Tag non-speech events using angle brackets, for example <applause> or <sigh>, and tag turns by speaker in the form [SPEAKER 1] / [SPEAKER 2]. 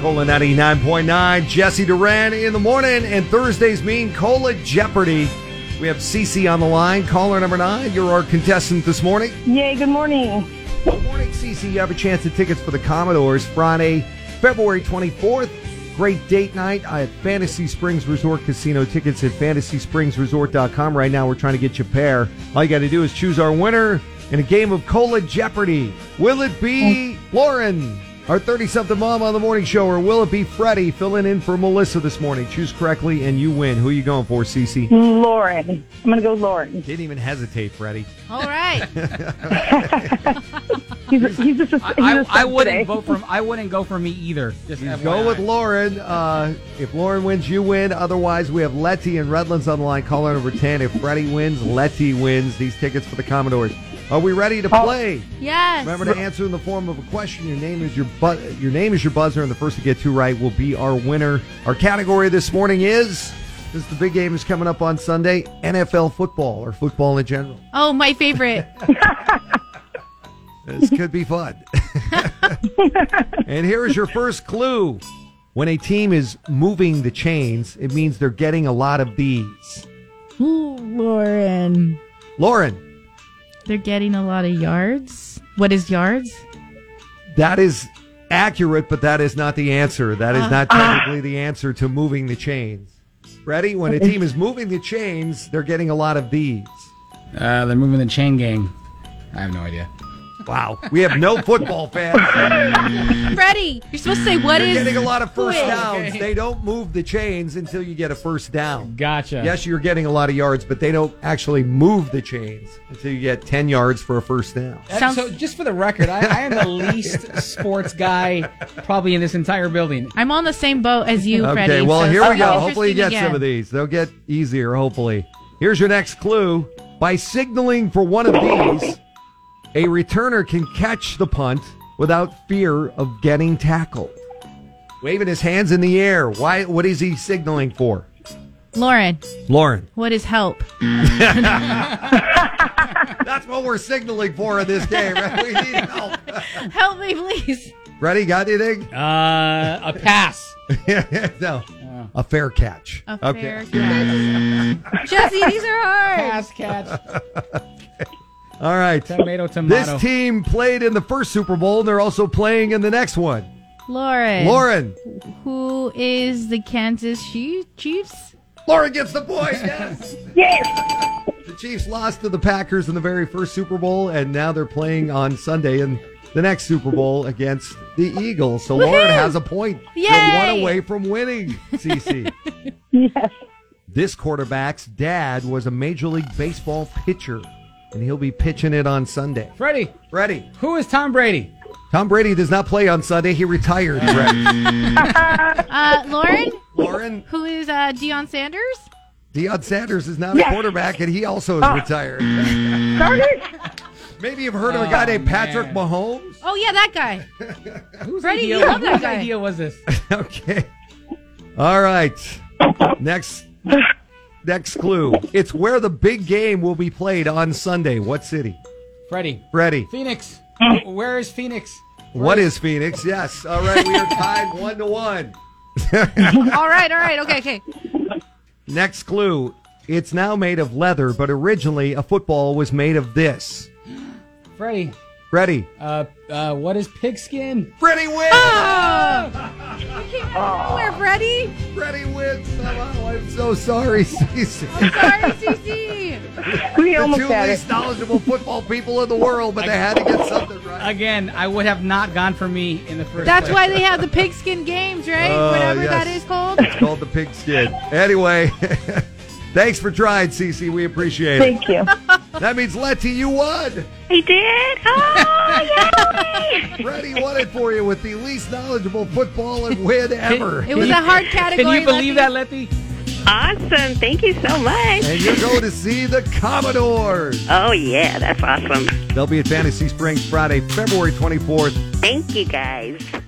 [SPEAKER 1] Cola 99.9, Jesse Duran in the morning, and Thursday's Mean Cola Jeopardy. We have Cece on the line, caller number nine. You're our contestant this morning.
[SPEAKER 2] Yay, good morning.
[SPEAKER 1] Good morning, Cece. You have a chance at tickets for the Commodores Friday, February 24th. Great date night at Fantasy Springs Resort Casino. Tickets at fantasyspringsresort.com. Right now, we're trying to get you a pair. All you got to do is choose our winner in a game of Cola Jeopardy. Will it be Lauren, our 30 something mom on the morning show, or will it be Freddie filling in for Melissa this morning? Choose correctly and you win. Who are you going for, Cece?
[SPEAKER 2] Lauren. I'm going to go Lauren.
[SPEAKER 1] Didn't even hesitate, Freddie.
[SPEAKER 3] All right.
[SPEAKER 2] He's, he's just a, he's
[SPEAKER 3] <laughs>
[SPEAKER 4] I,
[SPEAKER 2] a
[SPEAKER 4] I,
[SPEAKER 2] stud
[SPEAKER 4] I wouldn't
[SPEAKER 2] today.
[SPEAKER 4] vote for. I wouldn't go for me either. Just
[SPEAKER 1] You
[SPEAKER 4] FYI.
[SPEAKER 1] go with Lauren. Uh, if Lauren wins, you win. Otherwise, we have Letty and Redlands on the line. Caller number 10. If Freddie wins, Letty wins these tickets for the Commodores. Are we ready to play?
[SPEAKER 3] Yes.
[SPEAKER 1] Remember to answer in the form of a question. Your name is your bu- your name is your buzzer, and the first to get two right will be our winner. Our category this morning is since the big game is coming up on Sunday, NFL football or football in general.
[SPEAKER 3] Oh, my favorite.
[SPEAKER 1] This could be fun. and here is your first clue. When a team is moving the chains, it means they're getting a lot of these.
[SPEAKER 3] Lauren.
[SPEAKER 1] Lauren,
[SPEAKER 3] They're getting a lot of yards. What is yards?
[SPEAKER 1] that is accurate, but that is not the answer. That is not technically the answer to moving the chains. Ready? When a team is moving the chains, they're getting a lot of these.
[SPEAKER 4] Uh, they're moving the chain gang. I have no idea.
[SPEAKER 1] Wow. We have no football fans.
[SPEAKER 3] Freddie, you're supposed to say what
[SPEAKER 1] They're
[SPEAKER 3] is-
[SPEAKER 1] getting a lot of first
[SPEAKER 3] Wait.
[SPEAKER 1] downs. They don't move the chains until you get a first down.
[SPEAKER 4] Gotcha.
[SPEAKER 1] Yes, you're getting a lot of yards, but they don't actually move the chains until you get 10 yards for a first down.
[SPEAKER 4] Uh,
[SPEAKER 3] Sounds-
[SPEAKER 4] So just for the record, I, I am <laughs> the least sports guy probably in this entire building.
[SPEAKER 3] I'm on the same boat as you, Freddie.
[SPEAKER 1] Okay, well,
[SPEAKER 3] so
[SPEAKER 1] here
[SPEAKER 3] it's
[SPEAKER 1] we go.
[SPEAKER 3] interesting
[SPEAKER 1] Hopefully, you get
[SPEAKER 3] again.
[SPEAKER 1] some of these. They'll get easier, hopefully. Here's your next clue. By signaling for one of these, a returner can catch the punt without fear of getting tackled. Waving his hands in the air. Why? What is he signaling for?
[SPEAKER 3] Lauren,
[SPEAKER 1] Lauren.
[SPEAKER 3] what is help?
[SPEAKER 1] That's what we're signaling for in this game. Right? We need help.
[SPEAKER 3] Help me, please.
[SPEAKER 1] Ready? Got anything?
[SPEAKER 4] Uh,
[SPEAKER 3] <laughs>
[SPEAKER 4] a pass.
[SPEAKER 1] <laughs> no. A fair catch.
[SPEAKER 3] A fair catch. Jesse, these are hard.
[SPEAKER 4] Pass catch.
[SPEAKER 1] All right.
[SPEAKER 4] Tomato, tomato.
[SPEAKER 1] This team played in the first Super Bowl, and they're also playing in the next one.
[SPEAKER 3] Lauren.
[SPEAKER 1] Lauren.
[SPEAKER 3] Who is the Kansas Chi- Chiefs?
[SPEAKER 1] Lauren gets the point. Yes. <laughs>
[SPEAKER 2] Yes.
[SPEAKER 1] the Chiefs lost to the Packers in the very first Super Bowl, and now they're playing on Sunday in the next Super Bowl against the Eagles. So Lauren has a point. You're one
[SPEAKER 3] Yay.
[SPEAKER 1] away from winning,
[SPEAKER 3] <laughs>
[SPEAKER 1] CC.
[SPEAKER 2] Yes.
[SPEAKER 1] This quarterback's dad was a Major League Baseball pitcher, and he'll be pitching it on Sunday.
[SPEAKER 4] Freddie,
[SPEAKER 1] Ready?
[SPEAKER 4] who is Tom Brady?
[SPEAKER 1] Tom Brady does not play on Sunday. He retired. Brett.
[SPEAKER 3] Uh, Lauren,
[SPEAKER 1] Lauren,
[SPEAKER 3] who is uh, Deion Sanders?
[SPEAKER 1] Deion Sanders is not a
[SPEAKER 2] Yes.
[SPEAKER 1] quarterback, and he also is retired.
[SPEAKER 2] Darn it.
[SPEAKER 1] Maybe you've heard of a guy
[SPEAKER 4] Oh,
[SPEAKER 1] named Patrick
[SPEAKER 4] man.
[SPEAKER 1] Mahomes. <laughs>
[SPEAKER 3] Oh, yeah, that guy.
[SPEAKER 4] Who's
[SPEAKER 3] Freddie,
[SPEAKER 4] idea,
[SPEAKER 3] you love that
[SPEAKER 4] whose
[SPEAKER 3] guy.
[SPEAKER 4] <laughs> idea was this?
[SPEAKER 1] okay. All right. Next. Next clue. It's where the big game will be played on Sunday. What city?
[SPEAKER 4] Freddie,
[SPEAKER 1] Freddie.
[SPEAKER 3] <laughs>
[SPEAKER 4] Phoenix. Where is Phoenix?
[SPEAKER 1] What is Phoenix? Yes. All right. We are tied one to one.
[SPEAKER 3] all right, all right, okay, okay.
[SPEAKER 1] Next clue. It's now made of leather, but originally a football was made of this.
[SPEAKER 4] Freddie,
[SPEAKER 1] Freddie.
[SPEAKER 4] uh, uh, what is pigskin?
[SPEAKER 1] Freddie wins.
[SPEAKER 3] Ah. Oh. Where, Freddie?
[SPEAKER 1] Freddie wins. Somehow. I'm so sorry, <laughs> Cece.
[SPEAKER 3] Sorry, CC.
[SPEAKER 2] We
[SPEAKER 1] The
[SPEAKER 2] almost
[SPEAKER 1] two
[SPEAKER 2] had it.
[SPEAKER 1] least knowledgeable football people in the world, but they had to get something right.
[SPEAKER 4] Again, I would have not gone for me in the first.
[SPEAKER 3] That's
[SPEAKER 4] place.
[SPEAKER 3] why they have the pigskin games, right?
[SPEAKER 1] Uh,
[SPEAKER 3] Whatever that
[SPEAKER 1] yes.
[SPEAKER 3] is called.
[SPEAKER 1] It's called the pigskin. Anyway, <laughs> thanks for trying, Cece. We appreciate it.
[SPEAKER 2] Thank you.
[SPEAKER 1] That means Letty, you won.
[SPEAKER 2] <laughs> He did? Oh, yay. <laughs>
[SPEAKER 1] Freddie won it for you with the least knowledgeable football and win ever.
[SPEAKER 3] It was a hard category.
[SPEAKER 4] Can you believe
[SPEAKER 3] Lucky.
[SPEAKER 4] that, Letty?
[SPEAKER 2] Awesome. Thank you so much.
[SPEAKER 1] And you're going to see the Commodores.
[SPEAKER 2] Oh, yeah. That's awesome.
[SPEAKER 1] They'll be at Fantasy Springs Friday, February 24th.
[SPEAKER 2] Thank you, guys.